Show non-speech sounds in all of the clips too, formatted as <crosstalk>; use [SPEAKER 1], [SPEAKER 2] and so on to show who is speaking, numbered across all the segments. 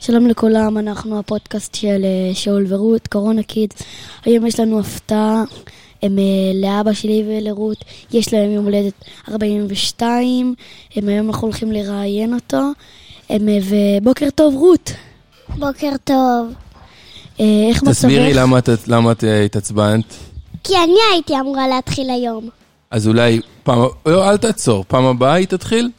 [SPEAKER 1] שלום לכולם, אנחנו הפודקאסט של אה, שאול ורות, קורונה קיד. היום יש לנו הפתעה, הם, אה, לאבא שלי ולרות יש להם יום הולדת 42, הם, היום אנחנו הולכים לראיין אותו, הם, אה, ובוקר טוב רות.
[SPEAKER 2] בוקר טוב.
[SPEAKER 1] אה, איך מצבך?
[SPEAKER 3] תסבירי למה את- למה את אה, התעצבנת.
[SPEAKER 2] כי אני הייתי אמורה להתחיל היום.
[SPEAKER 3] אז אולי פעם... לא, אל תעצור. פעם הבאה היא תתחיל?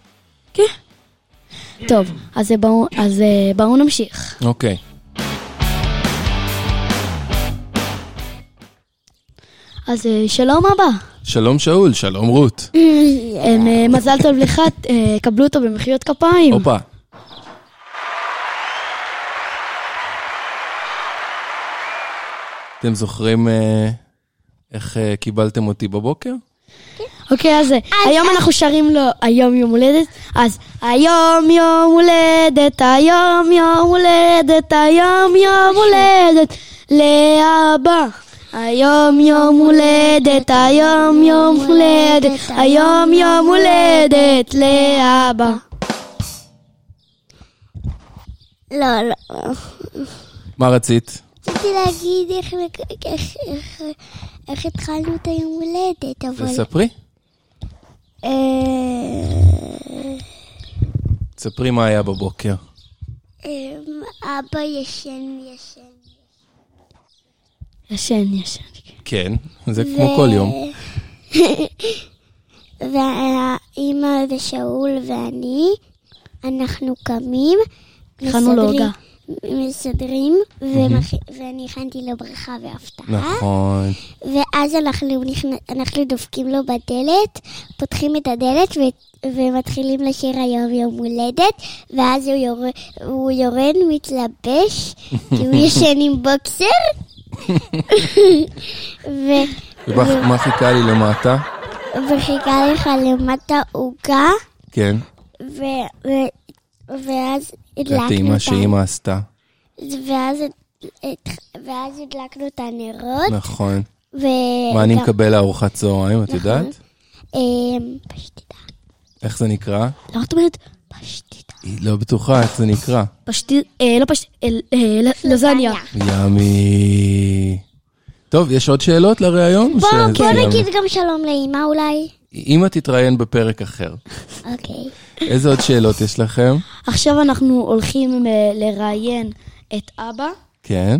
[SPEAKER 1] טוב, אז אה, בואו אז, אה, בואו נמשיך.
[SPEAKER 3] אוקיי.
[SPEAKER 1] אז אה, שלום אבא.
[SPEAKER 3] שלום שאול, שלום רות.
[SPEAKER 1] הם, אה, מזל טוב לך, אה, קבלו אותו במחיאות כפיים.
[SPEAKER 3] הופה. אתם זוכרים אה, איך אה, קיבלתם אותי בבוקר?
[SPEAKER 1] אוקיי, אז היום אנחנו שרים לו היום יום הולדת, אז היום יום הולדת, היום יום הולדת, היום יום הולדת, לאבא. היום יום הולדת, היום יום הולדת, היום יום הולדת, לאבא.
[SPEAKER 2] לא, לא.
[SPEAKER 3] מה רצית?
[SPEAKER 2] רציתי להגיד איך, איך, איך, איך התחלנו את היום הולדת, אבל...
[SPEAKER 3] תספרי.
[SPEAKER 2] אה,
[SPEAKER 3] תספרי מה היה בבוקר.
[SPEAKER 2] אה, אבא ישן, ישן.
[SPEAKER 1] ישן, ישן.
[SPEAKER 3] כן, זה כמו כל יום.
[SPEAKER 2] והאימא ושאול ואני, אנחנו קמים.
[SPEAKER 1] הכנו לו
[SPEAKER 2] מסדרים-
[SPEAKER 1] עוגה.
[SPEAKER 2] מסדרים, ומכ- ואני הכנתי לו ברכה והפתעה.
[SPEAKER 3] נכון.
[SPEAKER 2] ואז אנחנו, נכנ- אנחנו דופקים לו בדלת, פותחים את הדלת ו- ומתחילים לשיר היום יום הולדת, ואז הוא, יור... הוא יורד,
[SPEAKER 3] <laughs>
[SPEAKER 2] מתלבש, כי הוא ישן עם בוקסר. ו-
[SPEAKER 3] ומה- מה חיכה לי למטה?
[SPEAKER 2] וחיכה לך למטה עוגה,
[SPEAKER 3] כן.
[SPEAKER 2] ו... ו... ואז הדלקנו
[SPEAKER 3] הטעימה
[SPEAKER 2] את ה...
[SPEAKER 3] שאימא עשתה.
[SPEAKER 2] ואז, את... ואז הדלקנו את הנרות.
[SPEAKER 3] נכון.
[SPEAKER 2] ו... אה,
[SPEAKER 3] מה אני
[SPEAKER 2] גם- נכון.
[SPEAKER 3] מקבל לארוחת צהריים, את יודעת?
[SPEAKER 2] אמ, לא, פשטידה.
[SPEAKER 3] איך זה נקרא?
[SPEAKER 1] למה את אומרת?
[SPEAKER 2] פשטידה.
[SPEAKER 3] היא לא בטוחה איך זה נקרא.
[SPEAKER 1] פשטי... אה, לא פשטי... אה, אה, לא- לזניה.
[SPEAKER 3] ימי. טוב, יש עוד שאלות לראיון? או
[SPEAKER 2] בוא,
[SPEAKER 3] שזה
[SPEAKER 2] בוא
[SPEAKER 3] סיימנו?
[SPEAKER 2] נגיד גם שלום לאימא אולי.
[SPEAKER 3] אמא תתראיין בפרק אחר.
[SPEAKER 2] אוקיי.
[SPEAKER 3] איזה עוד שאלות יש לכם?
[SPEAKER 1] עכשיו אנחנו הולכים אה, לראיין את אבא.
[SPEAKER 3] כן.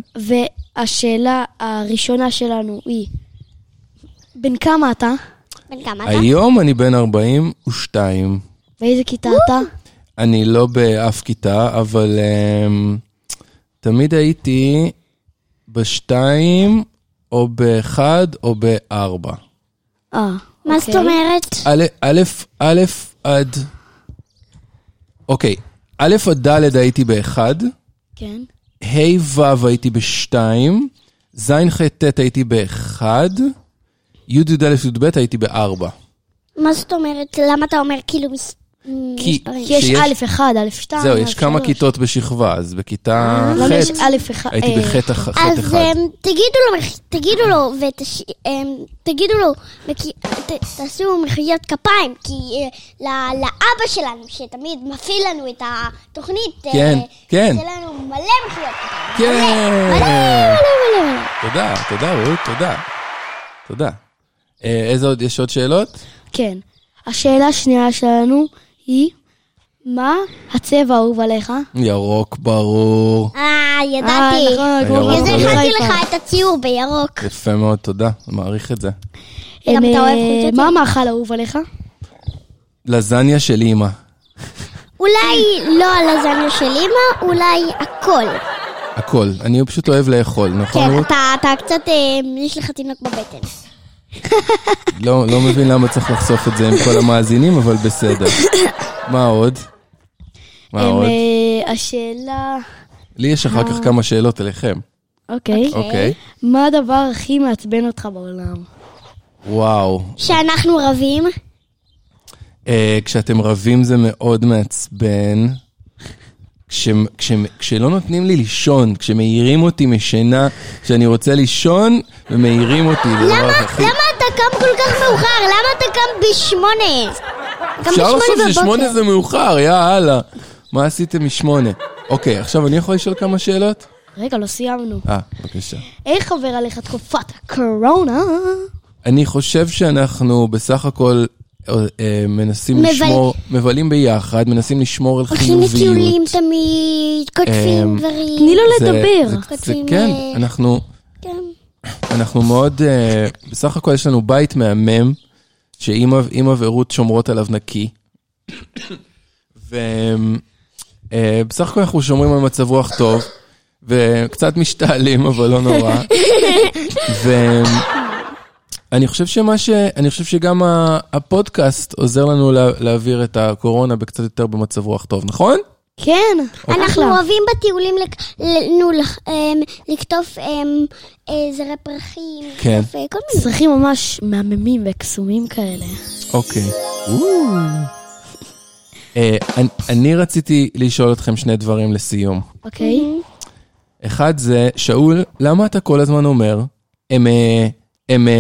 [SPEAKER 1] והשאלה הראשונה שלנו היא, בן כמה אתה?
[SPEAKER 2] בן כמה אתה?
[SPEAKER 3] היום אני בן 42.
[SPEAKER 1] באיזה כיתה אתה?
[SPEAKER 3] אני לא באף כיתה, אבל אמ, תמיד הייתי בשתיים, או באחד, או בארבע.
[SPEAKER 1] אה,
[SPEAKER 2] מה זאת אומרת?
[SPEAKER 3] א', א', א', עד... אוקיי, א' עד ד' הייתי באחד,
[SPEAKER 1] כן.
[SPEAKER 3] ה' ו' הייתי בשתיים, ז' ח' ט' הייתי באחד, י' י"ד י"ב הייתי בארבע.
[SPEAKER 2] מה זאת אומרת? למה אתה אומר כאילו מס...
[SPEAKER 3] כי
[SPEAKER 1] כי יש
[SPEAKER 3] שיש-
[SPEAKER 1] א'1, א'2,
[SPEAKER 3] זהו, יש כמה כיתות בשכבה, אז בכיתה
[SPEAKER 1] למה יש אה,
[SPEAKER 3] ח'
[SPEAKER 1] א'1?
[SPEAKER 3] הייתי בחטא אח- חטא
[SPEAKER 2] אז
[SPEAKER 3] אחד.
[SPEAKER 2] אמ, תגידו לו, תגידו לו, ותש... אמ, תגידו לו, וכי- ת- תעשו מחיאות כפיים, כי אה, ל- לאבא שלנו, שתמיד מפעיל לנו את התוכנית, אה,
[SPEAKER 3] כן, כן.
[SPEAKER 2] עושה לנו מלא מחיאות כפיים. אה,
[SPEAKER 3] כן!
[SPEAKER 2] מלא, מלא, מלא.
[SPEAKER 3] תודה, תודה, רות, תודה. תודה. אה, איזה עוד, יש עוד שאלות?
[SPEAKER 1] כן. השאלה השנייה שלנו היא, מה הצבע האהוב עליך?
[SPEAKER 3] ירוק ברור.
[SPEAKER 2] אה,
[SPEAKER 1] אה,
[SPEAKER 2] ידעתי.
[SPEAKER 1] נכון, כמו אה,
[SPEAKER 3] הירוק
[SPEAKER 2] בגלל זה
[SPEAKER 1] ברור.
[SPEAKER 3] עולה.
[SPEAKER 2] הכנתי
[SPEAKER 1] חיפה.
[SPEAKER 2] לך את הציור בירוק.
[SPEAKER 3] יפה מאוד, תודה, מעריך את זה.
[SPEAKER 2] גם
[SPEAKER 1] אה,
[SPEAKER 2] אתה אוהב חולצות?
[SPEAKER 1] מה המאכל האהוב עליך?
[SPEAKER 3] לזניה של אימא.
[SPEAKER 2] אולי לא הלזניה של אימא, אולי הכל.
[SPEAKER 3] הכל. אני פשוט אוהב לאכול, נכון?
[SPEAKER 2] כן,
[SPEAKER 3] רות?
[SPEAKER 2] אתה- אתה קצת, אה, יש לך תינוק בבטן.
[SPEAKER 3] לא, לא מבין למה צריך לחשוף את זה עם כל המאזינים, אבל
[SPEAKER 1] <coughs>
[SPEAKER 3] בסדר. מה עוד? מה
[SPEAKER 1] הם,
[SPEAKER 3] עוד?
[SPEAKER 1] אה, השאלה...
[SPEAKER 3] לי יש אחר כך כמה שאלות אליכם.
[SPEAKER 1] אוקיי.
[SPEAKER 3] אוקיי.
[SPEAKER 1] מה הדבר הכי מעצבן אותך בעולם?
[SPEAKER 3] וואו.
[SPEAKER 2] שאנחנו רבים.
[SPEAKER 3] אה, כשאתם רבים זה מאוד מעצבן. כש, כש, כשלא נותנים לי לישון, כשמעירים אותי משינה, כשאני רוצה לישון, ומעירים אותי. זה הדבר
[SPEAKER 2] למה,
[SPEAKER 3] הכי-
[SPEAKER 2] למה אתה קם כל כך מאוחר? למה אתה קם בשמונה? קם
[SPEAKER 3] אפשר
[SPEAKER 2] בשמונה
[SPEAKER 3] לחשוב
[SPEAKER 2] בבוקר.
[SPEAKER 3] ששמונה זה מאוחר, יא אללה. מה עשיתם משמונה? אוקיי, עכשיו אני יכול לשאול כמה שאלות?
[SPEAKER 1] רגע, לא סיימנו.
[SPEAKER 3] אה, בבקשה.
[SPEAKER 1] איך עובר עליך תקופת הקורונה?
[SPEAKER 3] אני חושב שאנחנו בסך הכל אה, אה, מנסים
[SPEAKER 2] מבל-
[SPEAKER 3] לשמור, מבלים ביחד, מנסים לשמור על
[SPEAKER 2] הולכים
[SPEAKER 3] חיוביות.
[SPEAKER 2] לטיולים תמיד,
[SPEAKER 3] אמ,
[SPEAKER 2] כותבים דברים.
[SPEAKER 1] תני לו אמ,
[SPEAKER 3] זה-
[SPEAKER 1] לדבר.
[SPEAKER 3] זה- זה-
[SPEAKER 2] כותבים,
[SPEAKER 3] כן,
[SPEAKER 2] אה,
[SPEAKER 3] אנחנו...
[SPEAKER 2] כן.
[SPEAKER 3] אנחנו מאוד, אה, בסך הכל יש לנו בית מהמם, שאימא אימא ורות שומרות עליו נקי. ובסך אה, הכל אנחנו שומרים על מצב רוח טוב, וקצת משתעלים, אבל לא נורא. ואני חושב שמה ש... אני חושב שגם ה- הפודקאסט עוזר לנו לה, להעביר את הקורונה בקצת יותר במצב רוח טוב, נכון?
[SPEAKER 1] כן,
[SPEAKER 2] אנחנו
[SPEAKER 1] אחלה.
[SPEAKER 2] אוהבים בטיולים לק- ל- נו, לח- אמ, לקטוף אמ, אה, זרי פרחים,
[SPEAKER 3] כן.
[SPEAKER 2] לקטוף, אה, כל מיני.
[SPEAKER 1] אזרחים ממש מהממים וקסומים כאלה.
[SPEAKER 3] אוקיי. אה, אני- אני רציתי לשאול אתכם שני דברים לסיום.
[SPEAKER 1] אוקיי?
[SPEAKER 3] אחד זה, שאול, למה אתה כל הזמן אומר, אמה, אמה,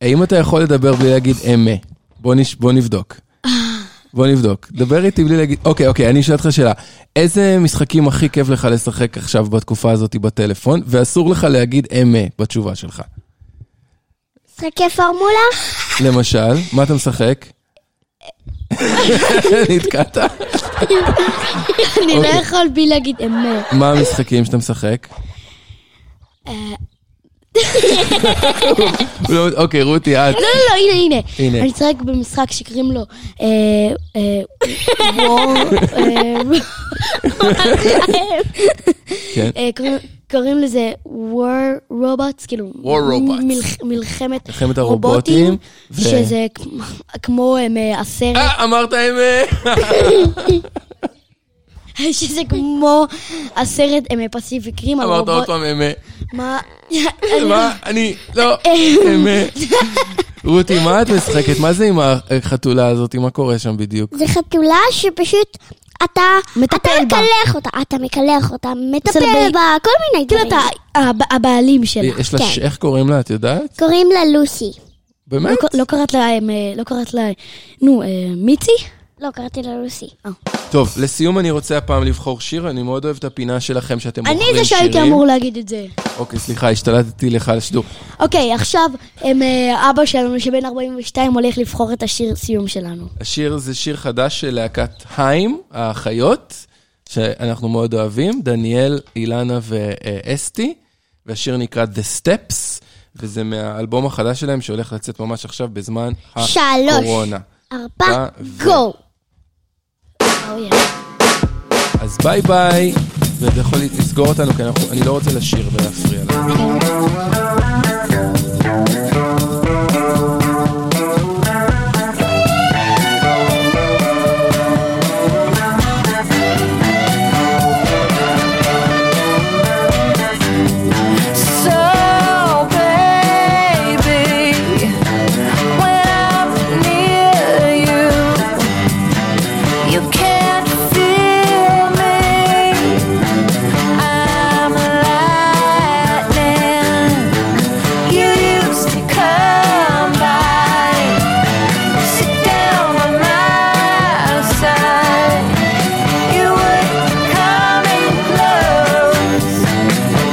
[SPEAKER 3] האם אתה יכול לדבר בלי להגיד אמה? בוא, נש... בוא נבדוק. בוא נבדוק. דבר איתי בלי להגיד, אוקיי, אוקיי, אני אשאל אותך שאלה. איזה משחקים הכי כיף לך לשחק עכשיו בתקופה הזאת בטלפון, ואסור לך להגיד אמה בתשובה שלך?
[SPEAKER 2] משחקי פורמולה?
[SPEAKER 3] למשל, מה אתה משחק? <laughs> נתקעת?
[SPEAKER 1] אני
[SPEAKER 3] אוקיי.
[SPEAKER 1] לא יכול בלי להגיד אמת.
[SPEAKER 3] מה המשחקים שאתה משחק?
[SPEAKER 1] אה.
[SPEAKER 3] לא, אוקיי, רותי, את.
[SPEAKER 1] לא, לא, לא, הנה,
[SPEAKER 3] הנה.
[SPEAKER 1] הנה. אני צוחק במשחק שקוראים לו... אה, אה, וור,
[SPEAKER 3] כן.
[SPEAKER 1] אה, קוראים- קוראים לזה War Robots, כאילו...
[SPEAKER 3] War Robots.
[SPEAKER 1] מלח- מלחמת
[SPEAKER 3] מלחמת הרובוטים, ו-
[SPEAKER 1] שזה כמו- כמו הם, אה, הסרט,
[SPEAKER 3] אה, אמרת אמת.
[SPEAKER 1] <laughs> שזה כמו הסרט הם, אה, פסיפיק רים, על
[SPEAKER 3] אמרת עוד
[SPEAKER 1] רובוט...
[SPEAKER 3] פעם אמת. <laughs>
[SPEAKER 1] מה?
[SPEAKER 3] מה? אני... לא. אמת. רותי, מה את משחקת? מה זה עם החתולה הזאת? מה קורה שם בדיוק?
[SPEAKER 2] זה חתולה שפשוט אתה...
[SPEAKER 1] מטפל
[SPEAKER 2] אתה
[SPEAKER 1] בה.
[SPEAKER 2] מקלח אותה, אתה מקלח אותה, מטפל
[SPEAKER 1] בי-
[SPEAKER 2] בה, כל מיני
[SPEAKER 1] כאילו
[SPEAKER 2] דברים.
[SPEAKER 1] אתה הב- הבעלים שלה.
[SPEAKER 3] יש לה...
[SPEAKER 2] כן.
[SPEAKER 3] ש- איך קוראים לה? את יודעת?
[SPEAKER 2] קוראים לה לוסי.
[SPEAKER 3] באמת?
[SPEAKER 1] לא ק- לא קראת לה, אה, לא קראת לה, נו, אה, מיצי?
[SPEAKER 2] לא, קראתי לה לוסי.
[SPEAKER 3] טוב, לסיום אני רוצה הפעם לבחור שיר. אני מאוד אוהב את הפינה שלכם שאתם בוחרים
[SPEAKER 1] אני
[SPEAKER 3] שירים.
[SPEAKER 1] זה שהייתי אמור להגיד את זה.
[SPEAKER 3] אוקיי, סליחה, השתלטתי לך על השידור.
[SPEAKER 1] אוקיי, עכשיו הם, אה, אבא שלנו, שבן 42, הולך לבחור את השיר סיום שלנו.
[SPEAKER 3] השיר זה שיר חדש של להקת היים, האחיות, שאנחנו מאוד אוהבים, דניאל, אילנה ואסתי, והשיר נקרא The Steps, וזה מהאלבום החדש שלהם שהולך לצאת ממש עכשיו בזמן
[SPEAKER 2] שלוש.
[SPEAKER 3] הקורונה.
[SPEAKER 2] ארבע,
[SPEAKER 3] ו-
[SPEAKER 2] גו.
[SPEAKER 1] אוי,
[SPEAKER 3] אז ביי ביי, ואתה יכול לסגור אותנו, כי אנחנו, אני לא רוצה לשיר ולהפריע לך.
[SPEAKER 4] So baby, when I'm near you, you can't feel me. I'm lightning. You used to come by, sit down on my side. You would come in close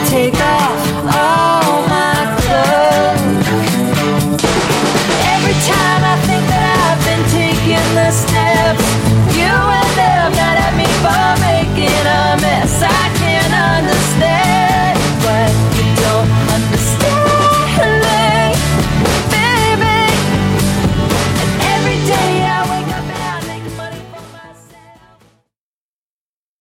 [SPEAKER 4] take off all my clothes. Every time I think that I've been taking the steps, you end up mad at me for making a